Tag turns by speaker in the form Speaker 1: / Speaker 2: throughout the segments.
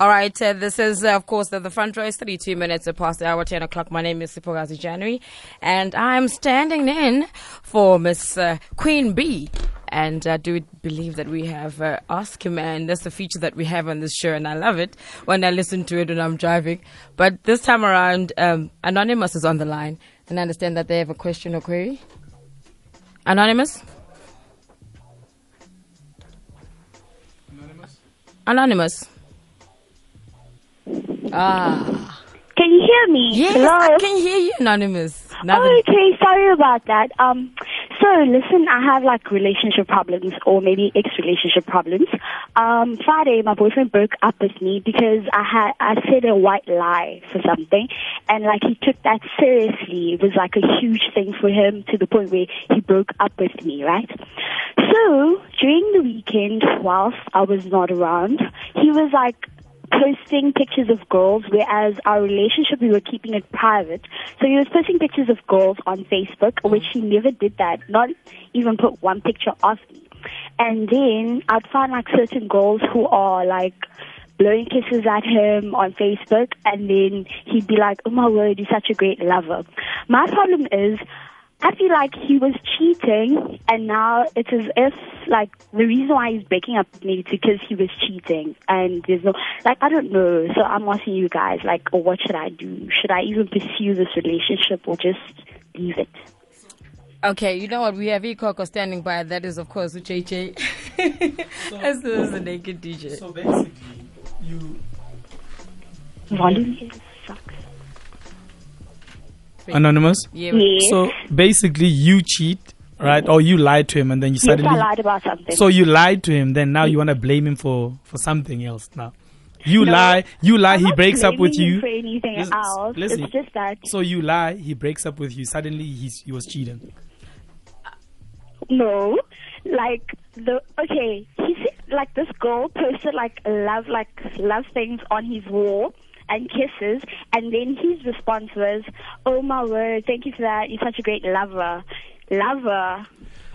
Speaker 1: All right, uh, this is, uh, of course, the, the front row is 32 minutes past the hour, 10 o'clock. My name is Sipogazi January, and I'm standing in for Miss uh, Queen Bee. And I do believe that we have uh, Ask Him, and that's the feature that we have on this show, and I love it when I listen to it when I'm driving. But this time around, um, Anonymous is on the line, and I understand that they have a question or query. Anonymous? Anonymous. Ah.
Speaker 2: Can you hear me?
Speaker 1: Yes,
Speaker 2: Hello?
Speaker 1: I can hear you, Anonymous. Now that-
Speaker 2: okay, sorry about that. Um, so listen, I have like relationship problems or maybe ex-relationship problems. Um, Friday, my boyfriend broke up with me because I had I said a white lie for something, and like he took that seriously. It was like a huge thing for him to the point where he broke up with me, right? So during the weekend, whilst I was not around, he was like posting pictures of girls, whereas our relationship we were keeping it private. So he was posting pictures of girls on Facebook, which he never did that. Not even put one picture of me. And then I'd find like certain girls who are like blowing kisses at him on Facebook, and then he'd be like, "Oh my word, you're such a great lover." My problem is. I feel like he was cheating, and now it's as if like the reason why he's breaking up with me is because he was cheating, and there's no like I don't know. So I'm asking you guys, like, what should I do? Should I even pursue this relationship or just leave it?
Speaker 1: Okay, you know what? We have Ikoko standing by. That is, of course, JJ. As well as the naked DJ.
Speaker 3: So basically, you
Speaker 2: Volume here sucks.
Speaker 3: anonymous.
Speaker 1: yeah.
Speaker 2: Yes.
Speaker 3: So basically, you cheat, right? Or you lied to him, and then you
Speaker 2: yes,
Speaker 3: suddenly.
Speaker 2: I lied about something.
Speaker 3: So you lied to him. Then now you want to blame him for for something else. Now you
Speaker 2: No.
Speaker 3: lie. You lie.
Speaker 2: I'm
Speaker 3: he
Speaker 2: not
Speaker 3: breaks up with
Speaker 2: blaming him
Speaker 3: you.
Speaker 2: for anything
Speaker 3: Listen,
Speaker 2: else.
Speaker 3: listen.
Speaker 2: It's just that
Speaker 3: So you lie. He breaks up with you. Suddenly he's he was cheating.
Speaker 2: No, like the okay, he said like this girl posted like love like love things on his wall and kisses, and then his response was, "Oh my word, thank you for that. You're such a great lover, lover."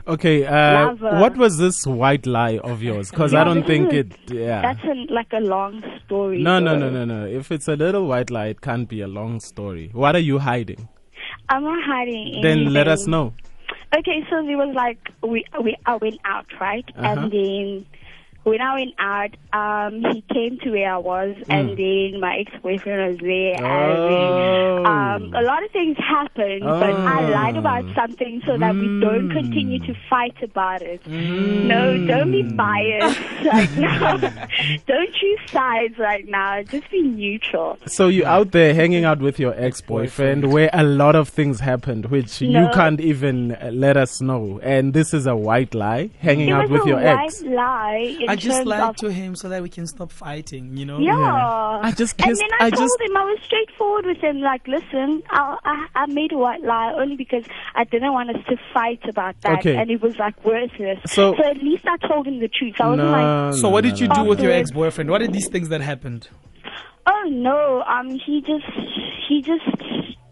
Speaker 4: Okay, uh,
Speaker 2: Lover.
Speaker 4: what was this white lie of yours? Because I
Speaker 2: Yeah,
Speaker 4: don't
Speaker 2: this
Speaker 4: think
Speaker 2: is-
Speaker 4: it. Yeah.
Speaker 2: That's a, like a long story.
Speaker 4: No, no, no,
Speaker 2: though.
Speaker 4: no, no. If it's a little white lie, it can't be a long story. What are you hiding?
Speaker 2: I'm not hiding.
Speaker 4: Then let us
Speaker 2: anything.
Speaker 4: know.
Speaker 2: Okay, so it was like we we I went out, right?
Speaker 4: Uh-huh.
Speaker 2: And then when I went out, um, he came to where I was,
Speaker 4: Mm.
Speaker 2: and then my ex boyfriend was there,
Speaker 4: Oh.
Speaker 2: and then, um, a lot of things happened. But I lied about something so that we don't continue
Speaker 4: Mm.
Speaker 2: to fight about it. No, don't be biased right now. don't choose sides right now. Just be neutral.
Speaker 4: So you out there hanging out with your ex-boyfriend, where a lot of things happened, which you
Speaker 2: No.
Speaker 4: can't even uh, let us know. And this is a white lie, hanging
Speaker 2: it
Speaker 4: out
Speaker 2: was
Speaker 4: with
Speaker 2: a
Speaker 4: your
Speaker 2: white
Speaker 4: ex.
Speaker 2: lie. In
Speaker 3: I just
Speaker 2: terms
Speaker 3: lied
Speaker 2: of
Speaker 3: to him so that we can stop fighting. You know.
Speaker 2: Yeah.
Speaker 4: I just
Speaker 2: and
Speaker 4: kissed-
Speaker 2: then I,
Speaker 4: I
Speaker 2: told
Speaker 4: just-
Speaker 2: him I was straightforward with him. Like, listen, I, I I made a white lie only because I didn't want us to fight about that,
Speaker 4: Okay.
Speaker 2: and it was like worthless.
Speaker 4: So-
Speaker 2: at least I told him the truth. I
Speaker 4: No,
Speaker 2: was like,
Speaker 3: So what did you do with your
Speaker 2: Okay.
Speaker 3: ex-boyfriend? What are these things that happened?
Speaker 2: oh no, um, he just he just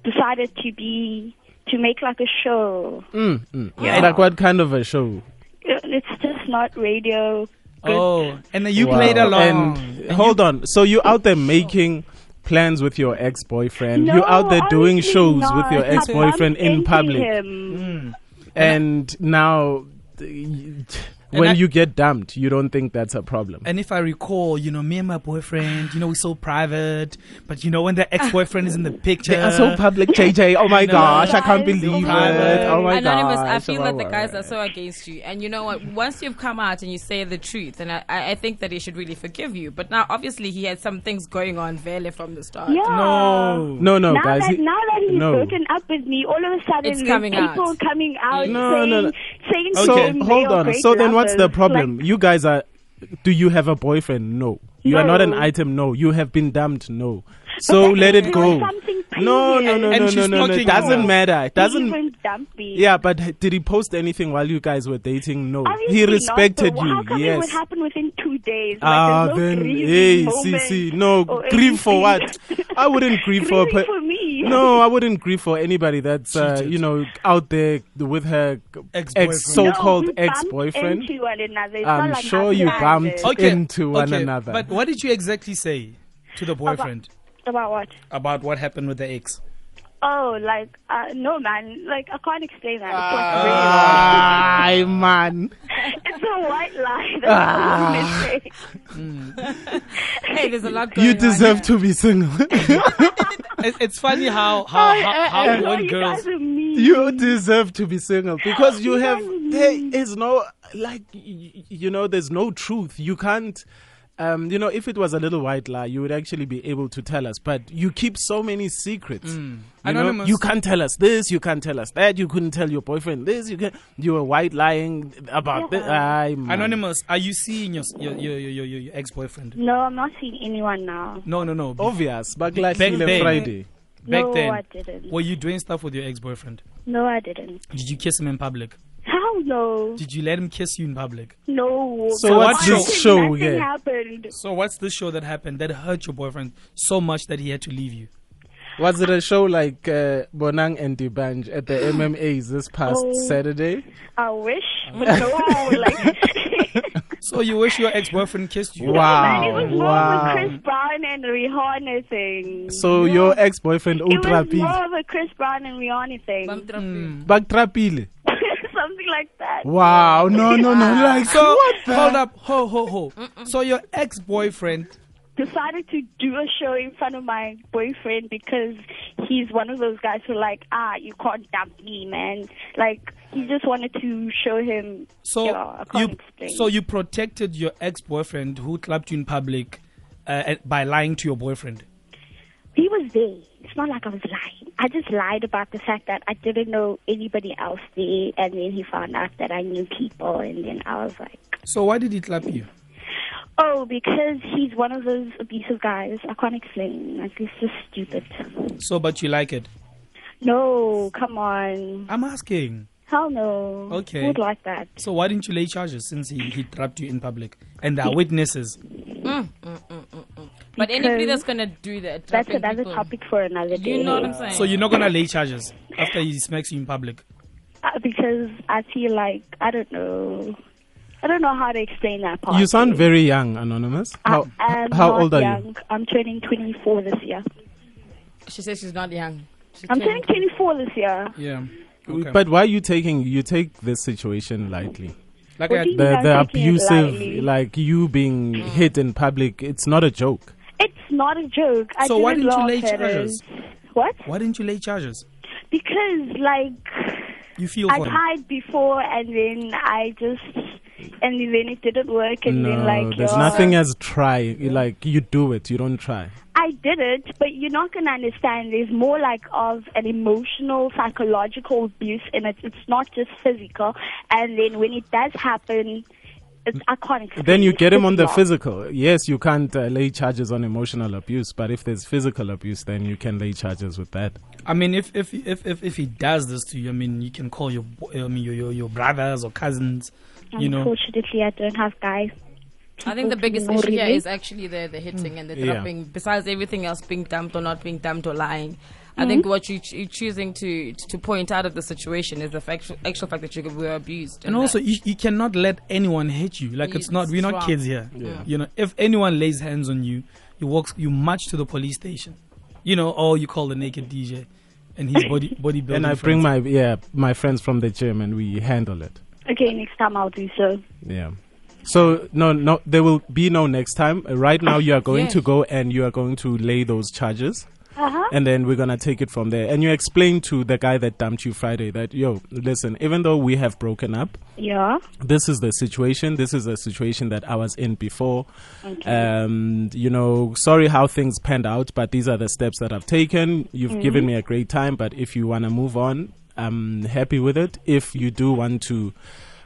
Speaker 2: decided to be to make like a show.
Speaker 4: Mm, mm.
Speaker 2: Yeah.
Speaker 4: Like what kind of a show?
Speaker 2: It's just not radio. Good.
Speaker 3: Oh, and then you
Speaker 4: Wow.
Speaker 3: played along.
Speaker 4: And, hold on. So you out there making plans with your ex-boyfriend. you out there doing
Speaker 2: obviously
Speaker 4: shows
Speaker 2: not.
Speaker 4: with your
Speaker 2: I bumped
Speaker 4: ex-boyfriend in
Speaker 2: into
Speaker 4: public.
Speaker 2: him.
Speaker 3: Hmm.
Speaker 4: And now th- when
Speaker 3: I-
Speaker 4: you get dumped, you don't think that's a problem.
Speaker 3: And if I recall, you know, me and my boyfriend, you know, we're so private. But you know, when the ex-boyfriend is in the picture,
Speaker 4: They are so public, JJ. Oh my
Speaker 3: No.
Speaker 4: gosh, I can't
Speaker 2: Guys,
Speaker 4: believe
Speaker 2: oh
Speaker 4: it.
Speaker 3: my word.
Speaker 4: Oh my
Speaker 1: Anonymous,
Speaker 4: gosh. oh
Speaker 1: I feel that the guys are
Speaker 4: that.
Speaker 1: so against you. And you know what? Once you've come out and you say the truth, and I, I I think that he should really forgive you. But now, obviously, he had some things going on very from the start.
Speaker 2: Yeah.
Speaker 3: no.
Speaker 4: No, no,
Speaker 2: now
Speaker 4: guys.
Speaker 2: that
Speaker 4: he-
Speaker 2: now that he's
Speaker 4: no.
Speaker 2: broken up with me, all of a sudden
Speaker 1: It's
Speaker 2: there's
Speaker 1: coming out.
Speaker 2: people coming out
Speaker 4: No,
Speaker 2: saying
Speaker 4: no, no.
Speaker 2: saying to
Speaker 4: So
Speaker 2: him they
Speaker 4: hold
Speaker 2: are
Speaker 4: on.
Speaker 2: great
Speaker 4: So then, what's the
Speaker 2: lovers.
Speaker 4: problem?
Speaker 2: Like,
Speaker 4: you guys are. Do you have a boyfriend? No. You are not an
Speaker 2: No.
Speaker 4: item. No. You have been dumped. No. So
Speaker 2: that
Speaker 4: let
Speaker 2: means
Speaker 4: it
Speaker 2: there was
Speaker 4: go.
Speaker 2: something
Speaker 4: No, no,
Speaker 2: previous.
Speaker 4: no,
Speaker 3: And
Speaker 4: no,
Speaker 3: she's
Speaker 4: no, no, no.
Speaker 3: talking
Speaker 4: It doesn't
Speaker 3: now.
Speaker 4: matter. It
Speaker 2: he
Speaker 4: doesn't.
Speaker 2: even dumped me.
Speaker 4: Yeah, but h- did he post anything while you guys were dating? No.
Speaker 2: Obviously
Speaker 4: he
Speaker 2: not,
Speaker 4: respected
Speaker 2: so
Speaker 4: you.
Speaker 2: How come it would
Speaker 4: yes.
Speaker 2: happen within two days? Like,
Speaker 4: Ah,
Speaker 2: there's no
Speaker 4: then,
Speaker 2: grieving
Speaker 4: hey, see,
Speaker 2: moment
Speaker 4: see, no,
Speaker 2: or
Speaker 4: grieve for
Speaker 2: anything.
Speaker 4: what? I wouldn't grieve for a
Speaker 2: Grieving
Speaker 4: per-
Speaker 2: for me. me.
Speaker 4: No, I wouldn't grieve for anybody that's uh,
Speaker 3: Cheated.
Speaker 4: you know out there with her
Speaker 3: Ex-boyfriend.
Speaker 4: ex
Speaker 2: No,
Speaker 4: so-called
Speaker 2: we bumped
Speaker 4: ex-boyfriend.
Speaker 2: into one another. It's
Speaker 4: I'm
Speaker 2: not like
Speaker 4: sure you
Speaker 2: happened.
Speaker 4: bumped-
Speaker 2: about,
Speaker 4: Into one another.
Speaker 3: But what did you exactly say to the boyfriend
Speaker 2: what?
Speaker 3: about what happened with the ex?
Speaker 2: Oh, like uh, no, man. Like I can't explain that. It's,
Speaker 4: Ah.
Speaker 2: like
Speaker 4: Ay, man.
Speaker 2: really- it's a white lie. That's
Speaker 4: Ah.
Speaker 2: all I'm gonna say.
Speaker 1: Hey, there's a lot going
Speaker 4: You
Speaker 1: on
Speaker 4: deserve
Speaker 1: here.
Speaker 4: to be single.
Speaker 3: It- It's funny how how how, how
Speaker 2: Oh,
Speaker 3: one
Speaker 2: you
Speaker 3: girls.
Speaker 2: guys are mean.
Speaker 4: you deserve to be single because you have
Speaker 2: guys-
Speaker 4: there is no like y- y- you know there's no truth you can't um, you know if it was a little white lie you would actually be able to tell us but you keep so many secrets you, know,
Speaker 3: Mm. Anonymous.
Speaker 4: you can't tell us this you can't tell us that you couldn't tell your boyfriend this you can you were white lying about this I,
Speaker 3: Anonymous, are you seeing your your your your, your, your ex boyfriend?
Speaker 2: No, I'm not seeing anyone now.
Speaker 3: No, no, no. Back
Speaker 4: obvious but
Speaker 3: Bang,
Speaker 4: like
Speaker 3: bang.
Speaker 4: Friday
Speaker 2: no,
Speaker 3: then,
Speaker 2: I didn't.
Speaker 3: were you doing stuff with your ex boyfriend?
Speaker 2: No, I didn't.
Speaker 3: Did you kiss him in public?
Speaker 2: How no?
Speaker 3: Did you let him kiss you in public?
Speaker 2: No.
Speaker 4: So
Speaker 2: Come
Speaker 4: what's
Speaker 2: on,
Speaker 3: this
Speaker 2: nothing-
Speaker 4: show
Speaker 2: Nothing
Speaker 4: here?
Speaker 2: happened.
Speaker 3: So what's the show that happened that hurt your boyfriend so much that he had to leave you?
Speaker 4: was it a show like uh, Bonang and Dibanj at the MMAs this past
Speaker 2: Oh.
Speaker 4: Saturday
Speaker 2: I wish, but no. Like.
Speaker 3: So you wish your ex-boyfriend kissed you?
Speaker 2: Man, it was
Speaker 4: wow
Speaker 2: more of
Speaker 4: wow
Speaker 2: a Chris Brown and Rihanna thing.
Speaker 4: So your ex-boyfriend oh,
Speaker 2: it
Speaker 4: ultra
Speaker 2: was
Speaker 4: pil
Speaker 2: more of a Chris Brown and Rihanna thing,
Speaker 1: Bump it up,
Speaker 4: Mm.
Speaker 1: please.
Speaker 4: backtrapile.
Speaker 2: something like that.
Speaker 4: Wow, no, no, no, like
Speaker 3: So
Speaker 4: what? The?
Speaker 3: hold up, ho ho ho. So your ex-boyfriend,
Speaker 2: Decided to do a show in front of my boyfriend because he's one of those guys who like ah you can't dump me, man. Like he just wanted to show him.
Speaker 3: so
Speaker 2: yeah, I can't
Speaker 3: you
Speaker 2: explain.
Speaker 3: so you protected your ex-boyfriend who clapped you in public uh, at- by lying to your boyfriend.
Speaker 2: he was there. It's not like I was lying. I just lied about the fact that I didn't know anybody else there, and then he found out that I knew people, and then I was like.
Speaker 3: So why did he clap you?
Speaker 2: Oh, because he's one of those abusive guys. I can't explain. Like, it's just stupid.
Speaker 3: So but you like it.
Speaker 2: No, come on.
Speaker 3: I'm asking.
Speaker 2: Hell no.
Speaker 3: Okay.
Speaker 2: Who would like that?
Speaker 3: So why didn't you lay charges since he, he trapped you in public and there are witnesses?
Speaker 1: Mm, But anybody
Speaker 2: Because
Speaker 1: that's gonna do that,
Speaker 2: That's
Speaker 1: trapping
Speaker 2: another
Speaker 1: people,
Speaker 2: topic for another day.
Speaker 1: You know what I'm saying?
Speaker 3: So you're not gonna lay charges after he smacks you in public.
Speaker 2: Uh, because I feel like, I don't know. I don't know how to explain that part.
Speaker 4: You sound very young, anonymous. How
Speaker 2: I am
Speaker 4: how
Speaker 2: not
Speaker 4: old are
Speaker 2: young.
Speaker 4: you?
Speaker 2: I'm turning 24 this year.
Speaker 1: she says she's not young. She's
Speaker 2: I'm turning
Speaker 1: turning-
Speaker 2: 24 this year.
Speaker 3: Yeah. Okay.
Speaker 4: But why are you taking you take this situation lightly?
Speaker 3: like
Speaker 2: What
Speaker 3: I,
Speaker 2: do you-
Speaker 4: The
Speaker 2: I'm
Speaker 4: the
Speaker 2: taking it lightly.
Speaker 4: abusive, like you being hit in public, it's not a joke.
Speaker 2: It's not a joke. I
Speaker 3: So why
Speaker 2: didn't
Speaker 3: didn't you
Speaker 2: laugh
Speaker 3: lay
Speaker 2: at it.
Speaker 3: charges?
Speaker 2: What?
Speaker 3: why didn't you lay charges?
Speaker 2: Because, like,
Speaker 3: You feel
Speaker 2: I
Speaker 3: for him.
Speaker 2: tried before and then I just and then it didn't work and
Speaker 4: no,
Speaker 2: then like
Speaker 4: there's
Speaker 2: yeah,
Speaker 4: nothing as try. Like you do it, you don't try.
Speaker 2: I did it, but you're not gonna understand. There's more like of an emotional, psychological abuse in it. It's not just physical. And then when it does happen, it's, I can't. Explain.
Speaker 4: Then you
Speaker 2: It's
Speaker 4: get him on the
Speaker 2: physical.
Speaker 4: physical. Yes, you can't uh, lay charges on emotional abuse, but if there's physical abuse, then you can lay charges with that.
Speaker 3: I mean, if if, if if if he does this to you, I mean, you can call your bo- I mean your your, your brothers or cousins, you know.
Speaker 2: Unfortunately, I don't have guys.
Speaker 1: I think the biggest
Speaker 2: No,
Speaker 1: issue here
Speaker 2: really.
Speaker 1: is actually the, the
Speaker 3: Mm.
Speaker 1: hitting and the
Speaker 4: Yeah.
Speaker 1: dropping. Besides everything else, being dumped or not being dumped or lying, I think what you ch- you're choosing to to point out of the situation is the fact, actual fact that you were abused.
Speaker 3: And also, you, you cannot let anyone hit you. Like
Speaker 1: You-
Speaker 3: it's not we're not
Speaker 1: strong.
Speaker 3: kids here. You know, if anyone lays hands on you, you walk you march to the police station, you know, or you call the naked DJ, and his body bodybuilding.
Speaker 4: And I bring my yeah my friends from the gym and we handle it.
Speaker 2: Okay, next time I'll do so.
Speaker 4: Yeah. So no no there will be no next time. Uh, Right now you are going
Speaker 1: Yeah.
Speaker 4: to go and you are going to lay those charges
Speaker 2: Uh huh.
Speaker 4: and then we're going to take it from there. And you explain to the guy that dumped you Friday that yo listen even though we have broken up
Speaker 2: Yeah.
Speaker 4: this is the situation this is the situation that I was in before. Um you know sorry how things panned out but these are the steps that I've taken. You've given me a great time but if you want to move on I'm happy with it. If you do want to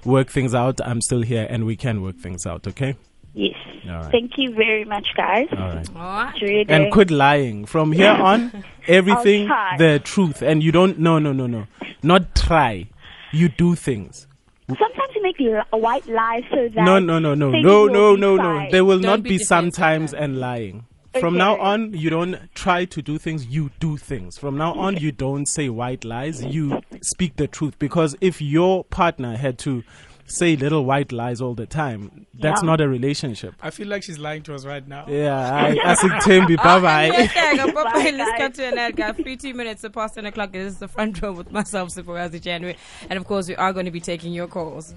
Speaker 4: work things out I'm still here and we can work things out, okay?
Speaker 2: Yes.
Speaker 4: All right.
Speaker 2: Thank you very much, guys.
Speaker 4: All right.
Speaker 1: All right.
Speaker 2: Enjoy your day.
Speaker 4: And quit lying. From here on, everything
Speaker 2: try.
Speaker 4: the truth. And you don't no no no no. Not try. You do things.
Speaker 2: Sometimes you make li- white lies so that
Speaker 4: No no no no
Speaker 2: things
Speaker 4: no
Speaker 2: will
Speaker 4: no
Speaker 2: be
Speaker 4: no
Speaker 2: fine.
Speaker 4: no. There will
Speaker 1: Don't
Speaker 4: not
Speaker 1: be
Speaker 4: be
Speaker 1: defensive,
Speaker 4: sometimes
Speaker 1: guys.
Speaker 4: and lying. From now
Speaker 2: Okay.
Speaker 4: on, you don't try to do things, you do things. From now on, you don't say white lies, you speak the truth. Because if your partner had to say little white lies all the time, that's
Speaker 2: Yeah.
Speaker 4: not a relationship.
Speaker 3: I feel like she's lying to us right now.
Speaker 4: Yeah, I, I think Tembi, bye bye.
Speaker 2: Bye,
Speaker 1: Let's
Speaker 2: guys.
Speaker 1: cut to an ad, guys. 15 minutes to past 10 o'clock. This is the front row with myself, Supervisor January. And of course, we are going to be taking your calls.